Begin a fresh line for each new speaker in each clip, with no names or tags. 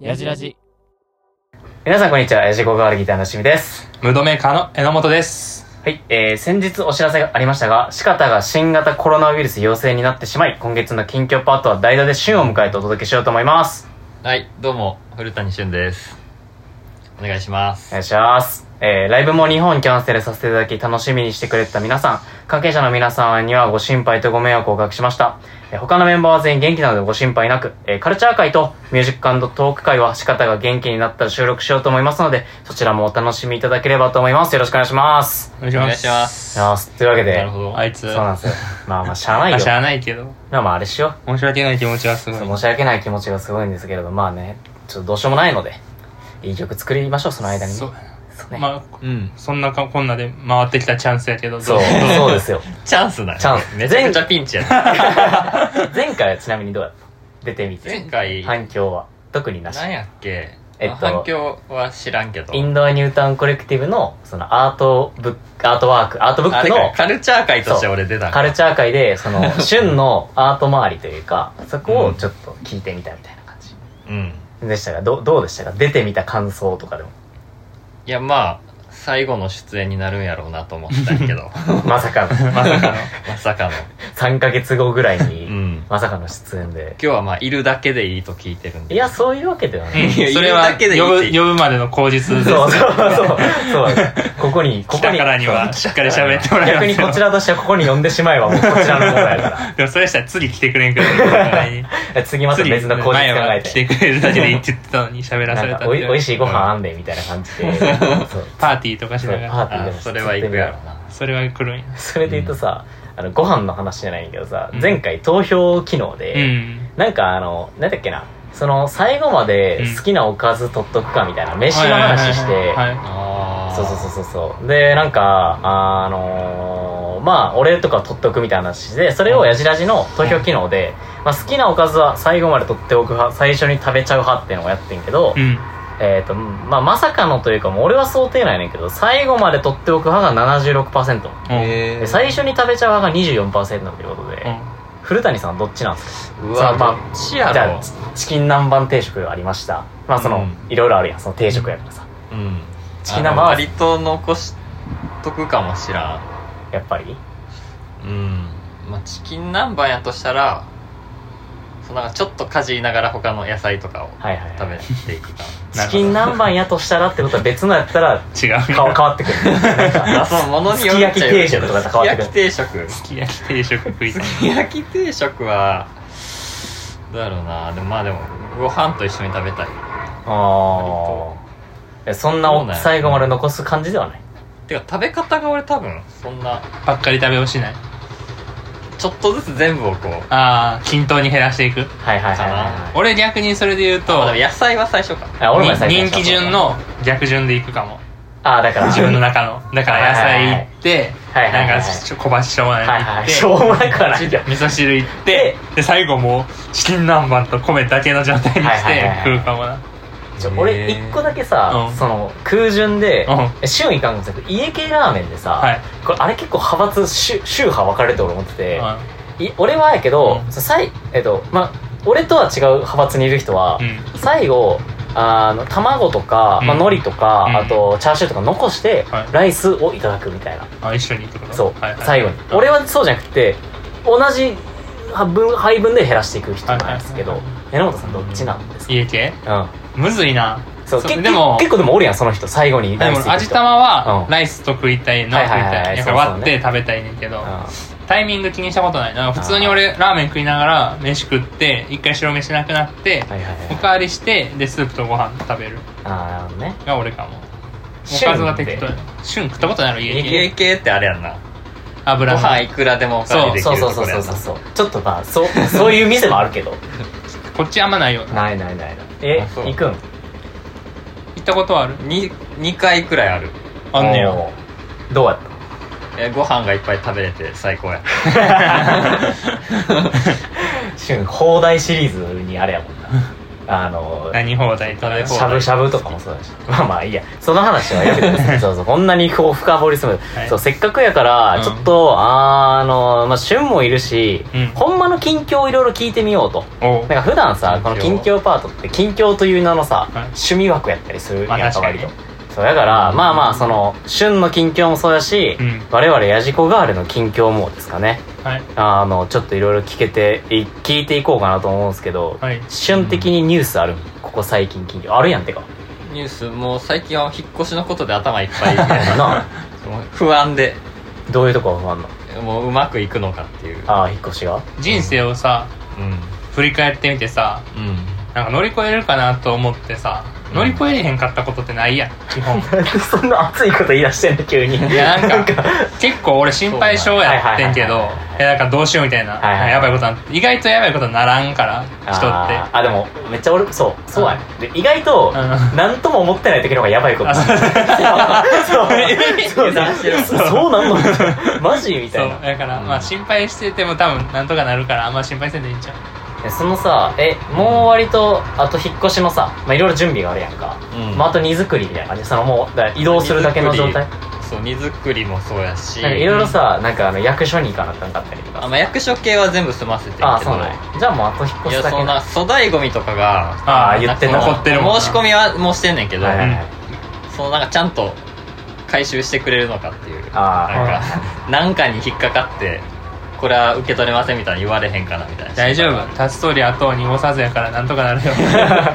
やじらじ。
皆さんこんにちは、ヤジゴガールギターのしみです。
ムードメーカーの榎本です。
はい、えー、先日お知らせがありましたが、四方が新型コロナウイルス陽性になってしまい、今月の近況パートは代打で旬を迎えてお届けしようと思います。
はい、どうも、古谷俊です。お願いしま
お
す。
願いします。えー、ライブも2本キャンセルさせていただき、楽しみにしてくれてた皆さん、関係者の皆さんにはご心配とご迷惑をおかけしました。えー他のメンバーは全員元気なのでご心配なく、えーカルチャー会とミュージックトーク会は仕方が元気になったら収録しようと思いますので、そちらもお楽しみいただければと思います。よろしくお願いします。
お願いし
お
ます。
願いします。
よしというわけで、
なるほど。
あいつ、
そうなんですよ。まあまあ、しゃあないよ
あ、。知らないけど、
まあまあ、あれしよ
申し訳ない気持ちはす
う。
ごい。
そう申し訳ない気持ちがすごいんですけれど、まあね、ちょっとどうしようもないので、いい曲作りましょう、その間にね。
そう
そうね。
まあ、
うん。
そんなかこんなで回ってきたチャンスやけど、
そう、
ど
そうですよ。
チャンスだね。
チャンス
めちゃくちゃピンチやね。
前回はちなみにどうやった出てみ
前
て。
回、
反響は特になし。
何やっけ、
えっと
まあ反響は知らんけど。
インドアニュータウンコレクティブの、そのアートブック、アートワーク、アートブッ
あ
ク
れ
の
か、カルチャー界として俺出たんか
カルチャー界で、その、旬のアート周りというか、そこをちょっと聞いてみたみたいな感じ。
うん。
でしたが、どうどうでしたか出てみた感想とかでも。
いや、まあ、最後の出演になるんやろうなと思ってたんや けど、
まさかの。
まさ かの。
まさかの。
3ヶ月後ぐらいうに、
ん。
まさかの出演で
今。日はまあ、いるだけでいいと聞いてるんで。
いや、、そういうわけではない。
いや
それは
言うだけでいい
呼
って
ぶ、呼ぶまでの口実です。
そうそうそう。そうここに、こ
来
こ
た
に。
からには、しっかり喋ってもらいま
逆
す
に
よ
こちらとしてはここに呼んでしまえばもうこちらのものや か
でもそれしたら次来てくれんくらい。
ら。次 また
次、
別の口実考
前は
え
来
て。
てくれるだけでいいって言ってたのに喋らされ
な
た
んか
って
おいおいしいご飯あんでみたいな感じで。そう
パーティーとかし
そう
なが
パー
ら。
ティーで
あ
も
それは行くやろな。
それは来るんや。
それで言うとさ、あの、ご飯の話じゃないんだけどさ、
うん
前回投票機能
う
で、
ん。
なんかあの、なんだっけな、その、最後まで好きなおかず取っとくかみたいな、飯の話して、
はいはいはいはいはい
あー
そうそうそうそうそうでなんかあのーまあ俺とか取っておくみたいな話でそれをやじらじの投票機能で、まあ、好きなおかずは最後まで取っておく派最初に食べちゃう派っていうのをやってんけど、
うん。
えっ、とまあまさかのというかもう俺は想定内ねんけど最後まで取っておく派が76%
へ
で
ー
最初に食べちゃう派が24%ということで、
うんうん
古谷さんどっちなんですか
う
さあ
わ、
まあ
どっちや
じゃ
ろ
あチチキン南蛮定食ありましたまあその、
うん
いろいろあるやんその定食やからさ
うん。
チキン南蛮
あ
は
の割と残しとくかもしらん。
やっぱり
うん。まあ、チキン南蛮やとしたら、そうなんかちょっとかじりながら他の野菜とかを
はいはい、はい、
食べていく か。
チキン南蛮やとしたらってことは別のやったら
違う。
顔変わってくる。なん
あ、
か
そう、ものによるっちゃよ
すき焼き定
るけど
食とかと変わってくる
すき焼き定
すき焼き定
食。
食食いたい。
すき焼き定食は、どうやろうな。でもまあでも、ご飯と一緒に食べたい。
あーえそん
そう
な
ね
最後まで残す感じではない。
てか食べ方が俺多分、そんな、
ばっかり食べをしない。
ちょっとずつ全部をこう、
ああ、均等に減らしていく。
はいはいはいはいはい。
俺逆にそれで言うと
まあ、でも野菜は最初か。
あ俺も最初
人気順。の逆順でいくかも。
あーだから。
自分の中の。だから野菜行って、
はいはいはい
なんかちょ小鉢しょうが
は
ないい
はい。し
行
ょ
っ
うもなくはない
て、
けど。
味噌汁行って、で、最後もうチキン南蛮と米だけの状態に
はい
し
はいはいは
て
い
食うかもな。
ちょ俺一個だけさ
う、ん
その空順で
うん、
え旬いかんのさ、家系ラーメンで
は
さ、
い。
これあれ結構派閥、宗宗派分かれて俺思ってて、
う
い俺はやけど
う、ん
そさいえっと、ま、俺とは違う派閥にいる人は
ん。う、ん
最後あの卵とか、まあ、
うん
海苔とか、
うん
あとチャーシューとか残して、
はい
ライスをいただくみたいな
あ、一緒にってこと
そう、
はいはい
最後に俺はそうじゃなくて同じ半分配分で減らしていく人なんですけど、
はいは
榎本さんどっちなんですか、
家系
うん
むずいな。
そう
そう
け
でも
結構でもおるやんその人最後に
で
ライ
も
スいく人
味玉
うん
はライスと食いたいの
は
食
い
い
はいはい
たい。だから
そうそう
割っ
ね
て食べたいねんけ
う、
ど
ん
タイミング気にしたことないな。普通に俺ラーメン食いながら飯食って、一回白飯なくなって、
はいはいは
お
い
かわりして、で、スープとご飯食べる。
ああなるほどね
が俺かも。おかずは適
旬
当や
って
な。旬食ったことないの家
家
系。
系ってあれやんな。ご
油の。
飯いくらでもおかわりでき
そう
る
そ
と
う
こ
そう
ろや
そ
ん
う
な
そうそうちょっとまあそうそういう店もある けど
こっちあんまないよ。行
ないないないないえ
あそう
行くん
ったことはある
に2回くらいある
あんねや。
おーどうやっ
えご飯がいっぱい食べれて最高やった
旬放題シリーズにあれやもんなあの
何放題とか
食べ
しゃぶしゃぶとかもそうだしまあまあいいやその話はよく ですそうそうこんなにこう深掘りする、
はい
そうせっかくやから
うん
ちょっと、あーあのまあ旬もいるし、
うん
ほんまの近況をいろいろ聞いてみようと
おう
なんか普段さ
近況
この近況パートって近況という名のさ、
はい
趣味枠やったりする
まあ
やんか
確か
割
に
とそうだから、まあまあその旬の近況もそうやし、
うん
我々やじこガールの近況もですかね
はい
あのちょっといろいろ聞けてい聞いていこうかなと思うんですけど、
はい
瞬的にニュースあるここ最近近況あるやん てか
ニュースもう最近は引っ越しのことで頭いっぱいみ たいな
なあ
もう不安で
どういうとこが不安なの
もううまくいくのかっていう
ああ引っ越しが
人生をさ
うん
振り返ってみてさ
うん
なんか乗り越えれるかなと思ってさ
うん
乗り越えれへんかったことってないやん基本
なんで そんな熱いこと言い出してんの急に
いやなんか結構俺心配性やってんけ
そう
ど
なんやはいはいはいはい
いやなんかどうしようみたいな、
はいはい
なんかやばいことなんて意外とやばいことならんから人
あ
っ
ーあでもめっちゃ俺そうそうやね、で意外と
う
何とも思ってない時の方がやばいこと
あそう
そうそうだそうなん のマジみ
て
た
そう
いな
だから、
うん
まあ心配してても多分なんとかなるからあんま心配せんでいいんちゃう
えそのさえもう割とあと引っ越しのさまあいろいろ準備があるやんか、
うん
まあ、あと荷造りみたいな感じそのもうだから移動するだけの状態
そう荷造りもそうやし
なんかいろいろさ、なんかあの役所に行かなあかんかったりとか
あまあ役所系は全部済ませてるけど
ああそうなんやじゃあもうあと引っ越
い
し
や
だ
そ
け
んな粗大ゴミとかが
ああ
言ってた
なんかその
残ってるもんな
申し込みはもうしてんねんけど、
はいはいはい
そのなんかちゃんと回収してくれるのかっていう
あー
なんかなんかに引っかかってこれは受け取れませんみたいに言われへんかなみたいな
大丈夫タツトリ後を濁さずやからなんとかなるよ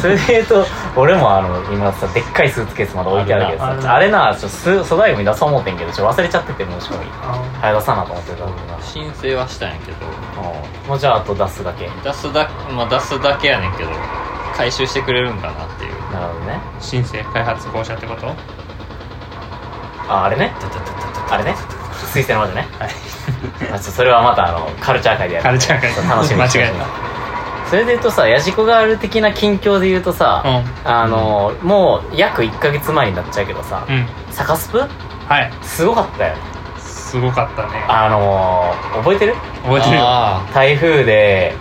それで言うと俺もあの今さでっかいスーツケースまだ置いてあるけど
ある
さ
な
あれなちょっとす粗大ゴミ出そう思ってんけどちょっと忘れちゃってて申し込み
あ
早出さなと思ってたんだけどな
申請はしたんやけど
うんもうじゃああと出すだけな
出すだ,、まあ、出すだけやねんけど回収してくれるんかなっていう
るほどね
ー新生開発公社ってこと
ああれねあれね水星の魔女ね はいそれはまたあのカルチャー界でやる
カルチャー界
そう楽しみに
間
してほしい
違え
それで言うとさヤジコガール的な近況で言うとさ、
たうん
あのもう約1ヶ月前になっちゃうけどさ、
うん
サカスプ
はい
すごかったよ
すごかったね
あの覚えてる
覚えてるよ
あ
台風で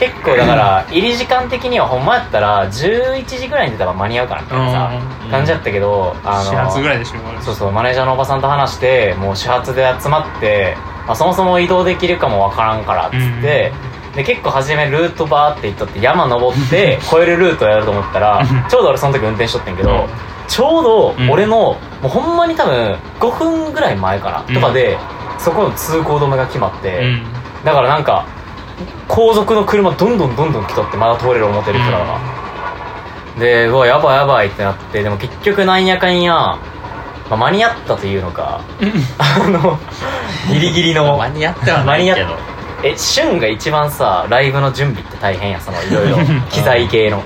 結構だから入り時間的にはほんまやったら11時ぐらいに出たら間に合うかなみたいなさ、
うん
感じやったけどあの
始発ぐらいで集合です
そうそうマネージャーのおばさんと話してもう始発で集まって、まあ、そもそも移動できるかもわからんからっつって、で結構初めルートバーって行っとって山登って 越えるルートやると思ったら
うん
ちょうど俺その時運転しとってんけ
う
ど、
ん
ちょうど俺の、もうほんまに多分5分ぐらい前かなとかで、そこの通行止めが決まっ
う
て、
ん
だからなんか後続の車どんどんどんどん来とってまだ通れる思ってる人らが、でうわやばいやばいってなってでも結局なんやかんや、まあ、間に合ったというのか あ のギリギリ
あ
の
間に合ってはないけ
間
ど
え旬が一番さライブの準備って大変やそのいろいろ機材系の
うん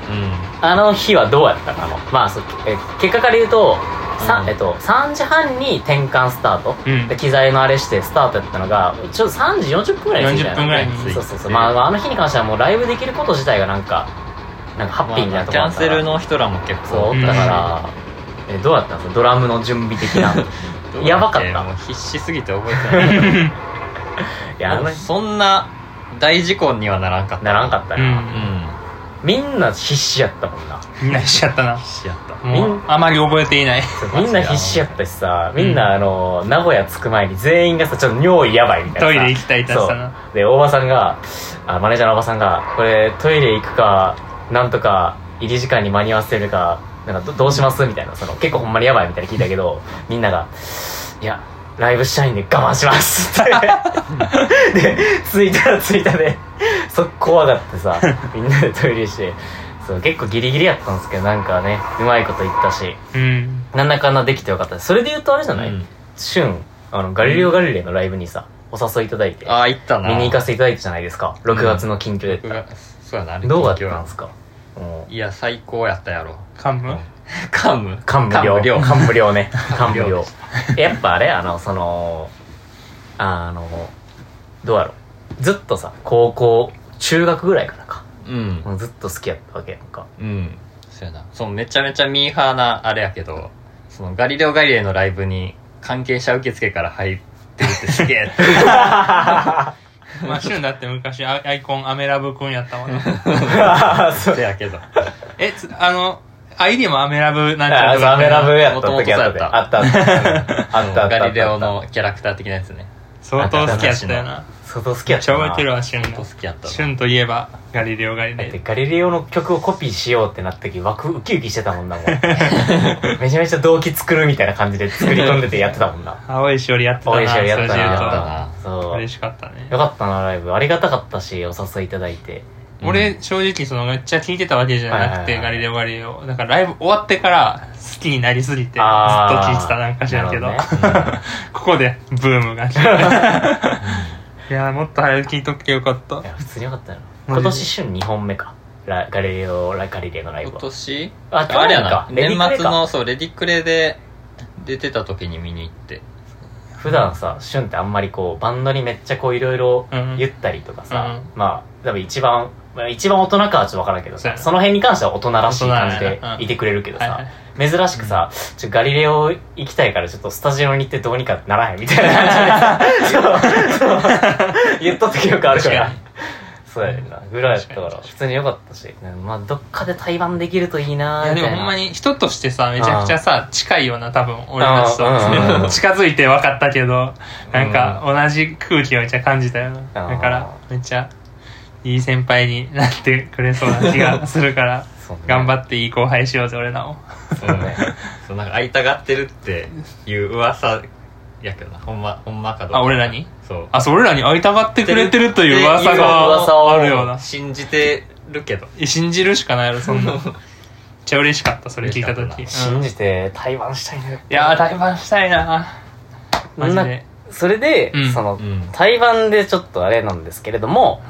あの日はどうやったかあのまあそうえ結果から言うと、さ
うん
えっと、3時半に転換スタート、
うん
で機材のあれしてスタートやったのがちょうど3時40分ぐらいに着いた
40分ぐらいに
そうそうそう、まあまあ、あの日に関してはもうライブできること自体がなんかなんかハッピー
ま
な
あ
と
キ
ころ
ャンセルの人らも結
そ
構
うだから、えどうやったんですかドラムの準備的な
どう
やばかった
もう必死すぎて覚えてない
いやあの
もうそんな大事故にはならんかった
ならんかった
う
な、
うんん
みんな必死やったもんな
みんなしちゃったな
しやった
みん
もうあまり覚えていない
そうみんな必死やったしさみんなあの、名古屋着く前に全員がさちょっと尿意やばいみたいな
ト
さ
イレ行きたいって言ってたな
そうで大場さんがあマネージャーのおばさんがこれトイレ行くかなんとか入り時間に間に合わせるかなんかどどうしますみたいなその結構ほんまにやばいみたいな聞いたけどみんなが「いやライブしたいんで我慢します」って でツイッターツイッターで速攻上がってさみんなでトイレしてそう結構ギリギリやったんですけどなんかねうまいこと言ったし
うん
なんだかんだできてよかったそれで言うとあれじゃない、
うん
シュンあのガリレオ・ガリレイのライブにさお誘いいただいて
ああ行ったな
見に行かせていただいたじゃないですか6月の近況で、
僕がそうやなあれ
どうだったんで
緊
すかも
急いや最高やったやろ
幹部
カム
う感無量
感
感無量 ね感
感
無
無量
量やっぱあれあのそのあのどうやろうずっとさ高校中学ぐらいからか
無量うん
もうずっと好きやったわけやん か
うんそうやなそうめちゃめちゃミーハーなあれやけどそのガリレオ・ガリレイのライブに関係者受付から入ってるってすげえ
あ
まあ、シュンだって昔アアイコンアメラブくんやったもんね。
せやけど。
え、つあの、ID もアメラブなんちゃ
あ
ら
あそ
と
う
か
アメラブやった時あったで
元々
あったあったあったあった
ガリレオのキャラクター的なやつね。
相当好きやったよな。
相当好き
め
や
っ
っ
ちゃ
た
覚え
な
てるわ、シュ
ほんと好
ン
きやった
の。
わ
シュンといえば、ガリレオガリ
だって
レ
ガリレオの曲をコピーしようってなった時枠ウキウキしてたもん なもんめちゃめちゃ動機作るみたいな感じで作り込んでてやってたもんな
オ。青いしおりやってたな、
青いしおりやったな
そういう
やった
と
な
そう
嬉しかったね
よ。かったなライブありがたかったしお誘いいただいて
うん
俺、正直、その、めっちゃ聞いてたわけじゃなくて、
はいはい
ガ
はい
リレオガリレオ。だから、ライブ終わってから、好きになりすぎて、ずっと
あー
聞いてたなんか知らんけど、
なるほ
ここで、ブー ムが来て。いやー、もっと早く聞いとけよかった
い。や普通によかったよ
マジで
今年旬2本目かラガリレオラガリレオのライ
今
ブは
年
あ
あれやな。
去年
年
か
末の、そう、レディクレで出てた時に見に行って。
普段さ旬ってあんまりこうバンドにめっちゃこういろいろ
うん
言ったりとかさ、
う
まあ多分一番まあ一番大人かはちょっと分からんけど
そうや
さ
な
その辺に関しては大人らしい感じ
大人
で
やなうん
いてくれるけど
はいは
さ
い
珍しくさ、ちょガリレオ行きたいからちょっとスタジオに行ってどうにかならへんみたいな感じでさそうそう言っとった記憶あるから
確か
そうやねんなぐらいやったか
確からに
普通に良かったし、まあ、どっかで対バンできるといいないー
や
み
で
たいな
もほんまに人としてさめちゃくちゃさ近いような多分俺たちと
うんうんうん
近づいて分かったけどなんか同じ空気をめっちゃ感じたよな
あー
だからめっちゃいい先輩になってくれそうな気がするから
そうね
頑張っていい後輩しようぜ俺らも
そうね。そう、なんか会いたがってるっていう噂やけどな。ほんま、ほんまかどうか。
あ俺らに
そう。
あそう俺らに会いたがってくれてるという
って
噂
いう
噂
が
を
あるような
信じてるけど。
信じるしかないやろ そんなめっちゃ嬉しかったそれ聞いた時
嬉
う
信
んい
じて対バンしたいね
やー対バンしたいなマジで
それで、
うん
その、
うん
対バンでちょっとあれなんですけれど も、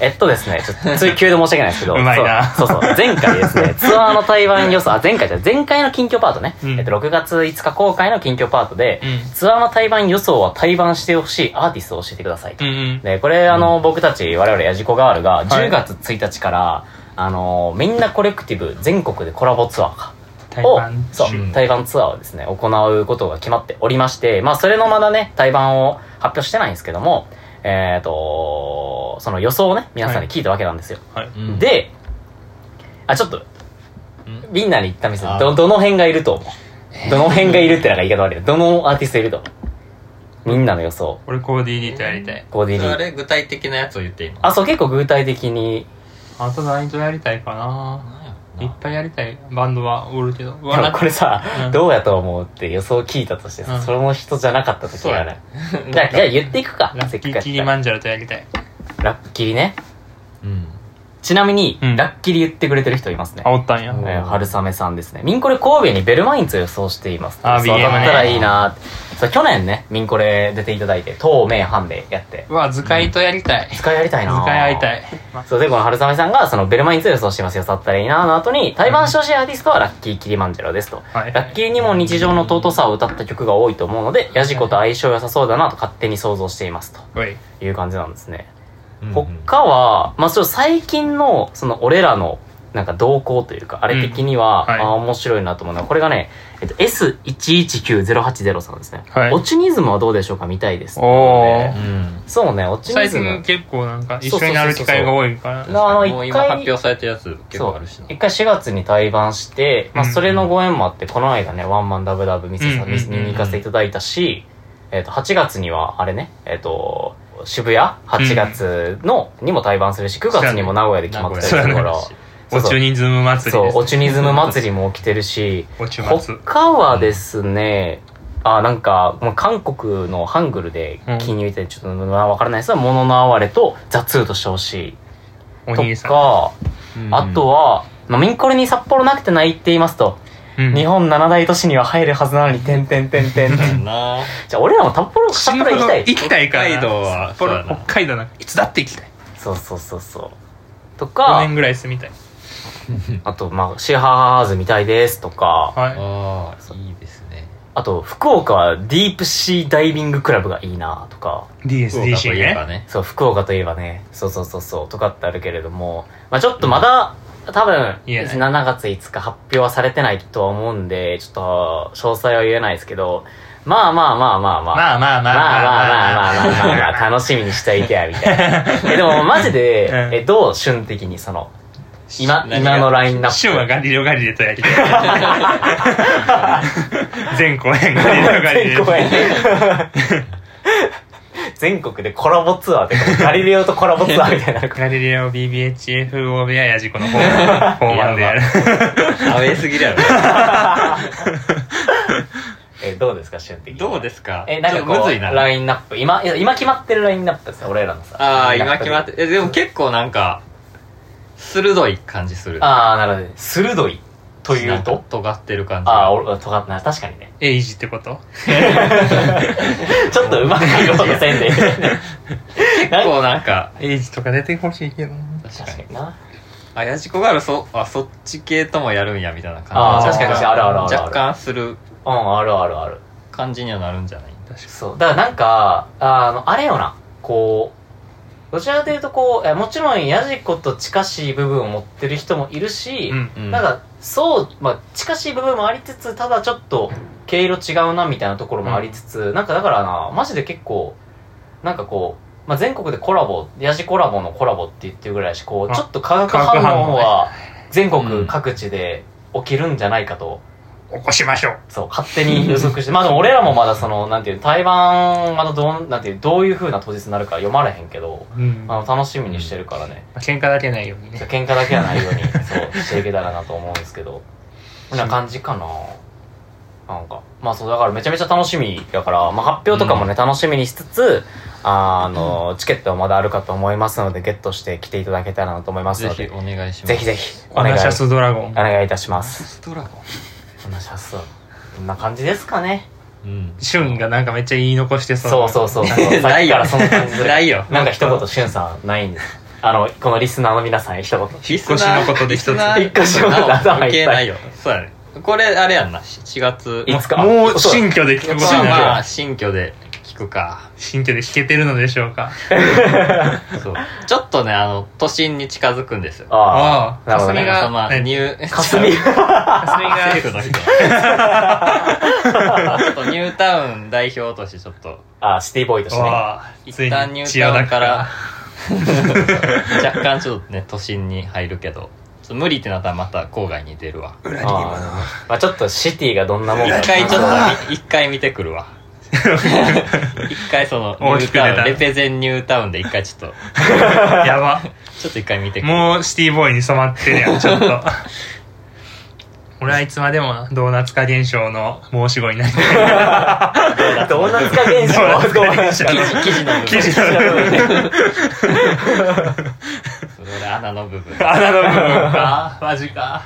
えっとですね、ちょっと追求で申し訳ないですけど、
うまいな
そうそうそう、前回です ね、ツアーの台湾予想、あ、前回じゃない前回の近況パートね、
うん
えっと、6月5日公開の近況パートで、
うん
ツアーの台湾予想は台湾してほしいアーティストを教えてくださいと。
うんうん
で、これ、あの、僕たち、我々、ヤジコガールが、
はい
10月1日から、あの、みんなコレクティブ全国でコラボツアーか。
対
を
バン
そううん台湾ツアーをですね行うことが決まっておりましてまあそれのまだね台湾を発表してないんですけどもえっ、とその予想をね皆さんに聞いたわけなんですよ、
はい
うん、
であちょっと
うん
みんなに言った店
あー
どどの辺がいると思うどの辺がいるってなんか言い方悪いけどどのアーティストいると思うみんなの予想
俺コーディリーとやりたい
コーディ
それあ
リー
れ具体的なやつを言っていいの
あそう結構具体的に
あと何とやりたいかな
なん
い
や
っぱいやりたいバンドはおるけ ど
でもこれさ、
うん
どうやと思うって予想聞いたとしてさ、
うん
その人じゃなかった時がある
ろ な
じゃあじゃあ言っていくか
ラ
せ
ッ
っか
キ
くやっ
ー
た
キ
ら
リマンジャロとやりたい
ラッキリね
うん
ちなみに、
うん
ラッキリ言ってくれてる人いますね。
あおったんや
うん
えー春雨さんですね。ミンコレ神戸にベルマインツを予想しています。
あ
そう
BM ね
当たったらいいなーってそう去年ね、ミンコレ出ていただいて、透明判明やって、
うわ図解とやりたい図
使いやりたいなー
解会いたいま
そうで、この春雨さんが、そのベルマインツを予想してますよ、当たったらいいなーの後に、対バンしてほしいアーティストはラッキーキリマンジェロですと。
はい
ラッキーにも日常の尊さを歌った曲が多いと思うので、ヤジコと相性良さそうだなと勝手に想像しています
おい
という感じなんですね。
うん
他は、まあ、その最近の、その俺らの、なんか動向というか、あれ的には、
うんはい
ああ、面白いなと思うのは、これがね、えっと、S119080 さんですね。
はい
オチュニズムはどうでしょうか見たいです。
お
う
ー
ん
そうね、オチュニ
最
ズ
近
ム。
結構なんか一緒になる機会が多いから
なあの
もう
一
今
回
発表されてるやつ結
そ
構
う
あるしな。
一回4月に対バンして、まあ、
うん
それのご縁もあって、この間ね、ワンマンダブダブミスさ
うんんうんうん
見に行かせていただいたし、えっと、8月には、あれね、えっと、渋谷8月の、にも対バンするし、9月にも名古屋で決まってたりするから、
お中にズーム祭り
そ
で
う、オ
す
チュニズム祭りも起きてるし、
お中祭
他はですね、あ、なんか、もう韓国のハングルで金融てちょっとわからないですが、もののあわれと雑としてほし
お
いと
兄さん
か、あと
は、
は、まあ、ミンコレに札幌なくてないって言いますと、
うん
日本七大都市には入るはずなのに、てんてんてんてん。
そうや
じ
な
ゃあ、俺らも札幌、札幌行きたい
行。きたいから
北海道は
札幌
そうだな
北海道なんかいつだって行きたい
そうそうそうそう。と
5
か
年、ぐらい住みたい
あと、まあ、シーハーハーズみたいですとか、
は
ああ、いいですね。
あと、福岡はディープシーダイビングクラブがいいなとか、
い
福
DSDC
岡といえば
ね
ね。
そう、福岡といえばね、そうそうそうそう、とかってあるけれども、まあちょっとまだ、多分、
言えない
7月5日発表はされてないとは思うんで、ちょっと、詳細は言えないですけど、まあまあまあまあまあ。
まあまあまあ
まあまあまあまあまあまあまあ、
まあ。
楽しみにしといてや、みたいな。え、でもマジで、
うん
え、どう旬的にその、今、
何が
今のラインナップ。
シュンはガリレオガリレとやりた い。全公演ガリレオガリレ。
全公演全国でコラボツアーってか、ガリレオとコラボツアーみたいになるか
ガリレオ BBHF 大部屋やじこの本 番でやる。
アウェイすぎるやろ。
ら。え、どうですか、旬的に。
どうですか
え、なんか
ちょっ
ことう、
むずいな。
ラインナップ。今、いや今決まってるラインナップですよ俺らのさ。
ああ、
ラインナッ
今
プ
決まっ。て、え、でも結構なんか、鋭い感じする。
ああ、なるほど。鋭い。という
なんか
と
尖ってる感じ。
ああ、俺、とが、な、確かにね。
エイジってこと
ちょっとうまく言おうとせんで。
結構なんか、
エイジとか出てほしいけどな。
確か
確か
に。
にな。
あ、やじこがある、そ、あ、そっち系ともやるんや、みたいな
あ
感
ー確
じ。
かに確かにあるあるあるある
若干する
うん、あるあるある。
感じにはなるんじゃない確か
そう。だからなんか、あの、あれよな、こう、どちらかというとこう、えもちろんヤジコと近しい部分を持ってる人もいるし、
うん。
に。
なんか、そう、まあ、近しい部分もありつつ、ただちょっと、毛色違うな、みたいなところもありつつ、なんかだからな、マジで結構、なんかこう、まあ、全国でコラボ、ヤジコラボのコラボって言ってるぐらいだし、こう、
あ
ちょっと化学
化学反
反応
応ね
は、全
うん
国各地で起きるんじゃないかと、
起こしましょう。
そう、勝手に予測して、 まあでも俺らもまだその、なんていう、台湾、あの、どう、なんていう、どういう風な当日になるか読まれへんけど、
うん。
あの、楽しみにしてるからね、
喧嘩だけないように
そう
ね。
喧嘩だけはないように、そう、していけたらなと思うんですけど、こんな感じかななんか、まあそう、だからめちゃめちゃ楽しみだから、まあ発表とかもね、楽しみにしつつ、あの、チケットはまだあるかと思いますので、ゲットして来ていただけたらなと思います
ぜ
の
ひ
で、
お願いします。
ぜひぜひ、お
ア
願い、
ナシャ
お
スドラゴン。
願いいたします。
ストラゴ
こんなシャス、こんな感じですかね。
ンうん。
シュンがなんかめっちゃ言い残してそう。
そうそうそう。さっき
な
か
いよ
らその感じで。
ないよ
なんか一言、しゅんさん、ないんです。あの、このリスナーの皆さんへ一言。
引っ
越しのことで一つ
引っ越しのこと頭いっぱい
関係ないよ。そうやね。これ、あれやんな。4月。
いつか
もう新居で聞くこと
まあ
になる。
まあ、新居で聞くか。
新居で弾けてるのでしょうか。
そう。ちょっとね、あの、都心に近づくんですよ。
あ
あ
あ、なるほど
霞
なん
ね。
かまあ、
何
入、
霞
霞が
政府の人。ちょっとニュータウン代表としてちょっと、
ああ、シティボーイとしてね。
わあ
一旦ニュータウンから、 若干ちょっとね、都心に入るけど、ちょっと無理ってなったらまた郊外に出るわ。
裏
ああまあちょっとシティがどんなもんか。
一回ちょっとみ、一回見てくるわ。一回その、ニ
大
ュ
き
ー
く出た
タウン、レペゼンニュータウンで一回ちょっと、
やば
ちょっと一回見てくる。
もうシティボーイに染まってるやんちょっと俺はいつまでもドーナツ化現象の申し子になりたい
ドーナツ化現象
ドーナツ化現象
ドー
記
ナツ
事、記事の部分。
記事
化現象
それ俺穴の部分。
穴の部分かマジか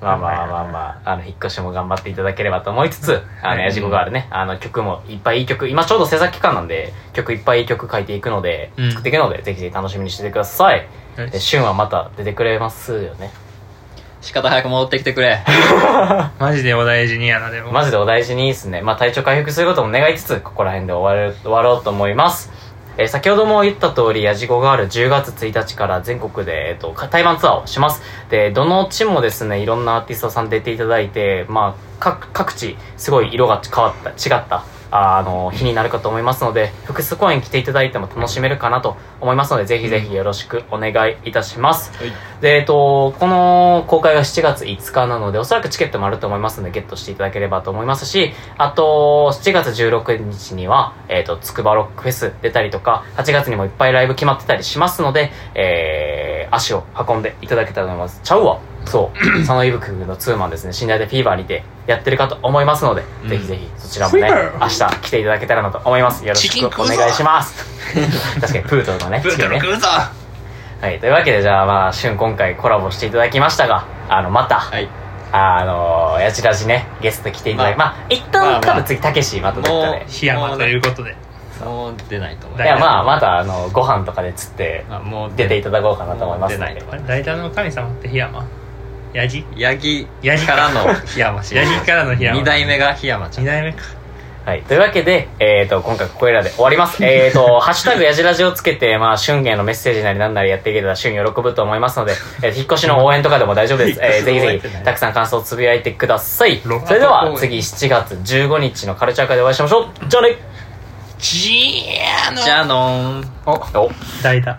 まあまあまあまあ、あの、引っ越しも頑張っていただければと思いつつ、あの、やじこがあるね、あの、曲もいっぱいいい曲、今ちょうど制作期間なんで、曲いっぱいいい曲書いていくので、
うん
作っていくので、ぜひぜひ楽しみにしててください。で、しゅんはまた出てくれますよね。
仕方早く戻ってきてくれ。
マジでお大事にやなでも
マジでお大事にですね。まあ、体調回復することも願いつつ、ここら辺で終わる、終わろうと思います。えー先ほども言った通り、やじごがある10月1日から全国で、えっ、と、か台湾ツアーをします。で、どの地もですね、いろんなアーティストさん出ていただいて、まあ、各、各地、すごい色が変わった、違った、ああの、日になるかと思いますので、複数公演来ていただいても楽しめるかなと思いますので、ぜひぜひよろしくお願いいたします。で、えっと、この公開が7月5日なので、おそらくチケットもあると思いますので、ゲットしていただければと思いますし、あと、7月16日には、えっと、つくばロックフェス出たりとか、8月にもいっぱいライブ決まってたりしますので、えー、足を運んでいただけたらと思います。ちゃうわそう、佐野伊吹のツーマンですね、信頼でフィーバーにてやってるかと思いますので、
うん
ぜひぜひそちらもね
フィー、
明
バ
日来ていただけたらなと思います。よろし
チキン
く
食
お
うぞ
願いします。 確かにプートルのね、
ブー
チキ
ト
ンね
ル食うぞ
はい、というわけでじゃあまあ、旬今回コラボしていただきましたが、あの、また、
はい。
あのやちらじね、ゲスト来ていただいて、
ま
まあ、一旦、
まあまあ
多分次、たけし、またどっかで。
檜山ということで
もう出ないと思う
い。や、まあ、また、あの、ご飯とかで釣って、
あもう
出ていただこうかなと思いますの
もう出
で
ない。
大体の神様って檜山ヤギ
ヤギ
ヤギ
からの檜山氏
ヤギからの檜山
二代目が檜山ちゃ
二
ん
代目か
はい。というわけで、えっ、と、今回ここらで終わります。えっ、と、ハッシュタグやじらじをつけて、まあ、旬へのメッセージなりなんなりやっていけたら旬喜ぶと思いますので、えー引っ越しの応援とかでも大丈夫です。えーぜひぜひ、たくさん感想をつぶやいてください。そ
ロッカー
れでは、次7月15日のカルチャー会でお会いしましょう。じゃあね
じーの
じゃあのーん
お
お
代打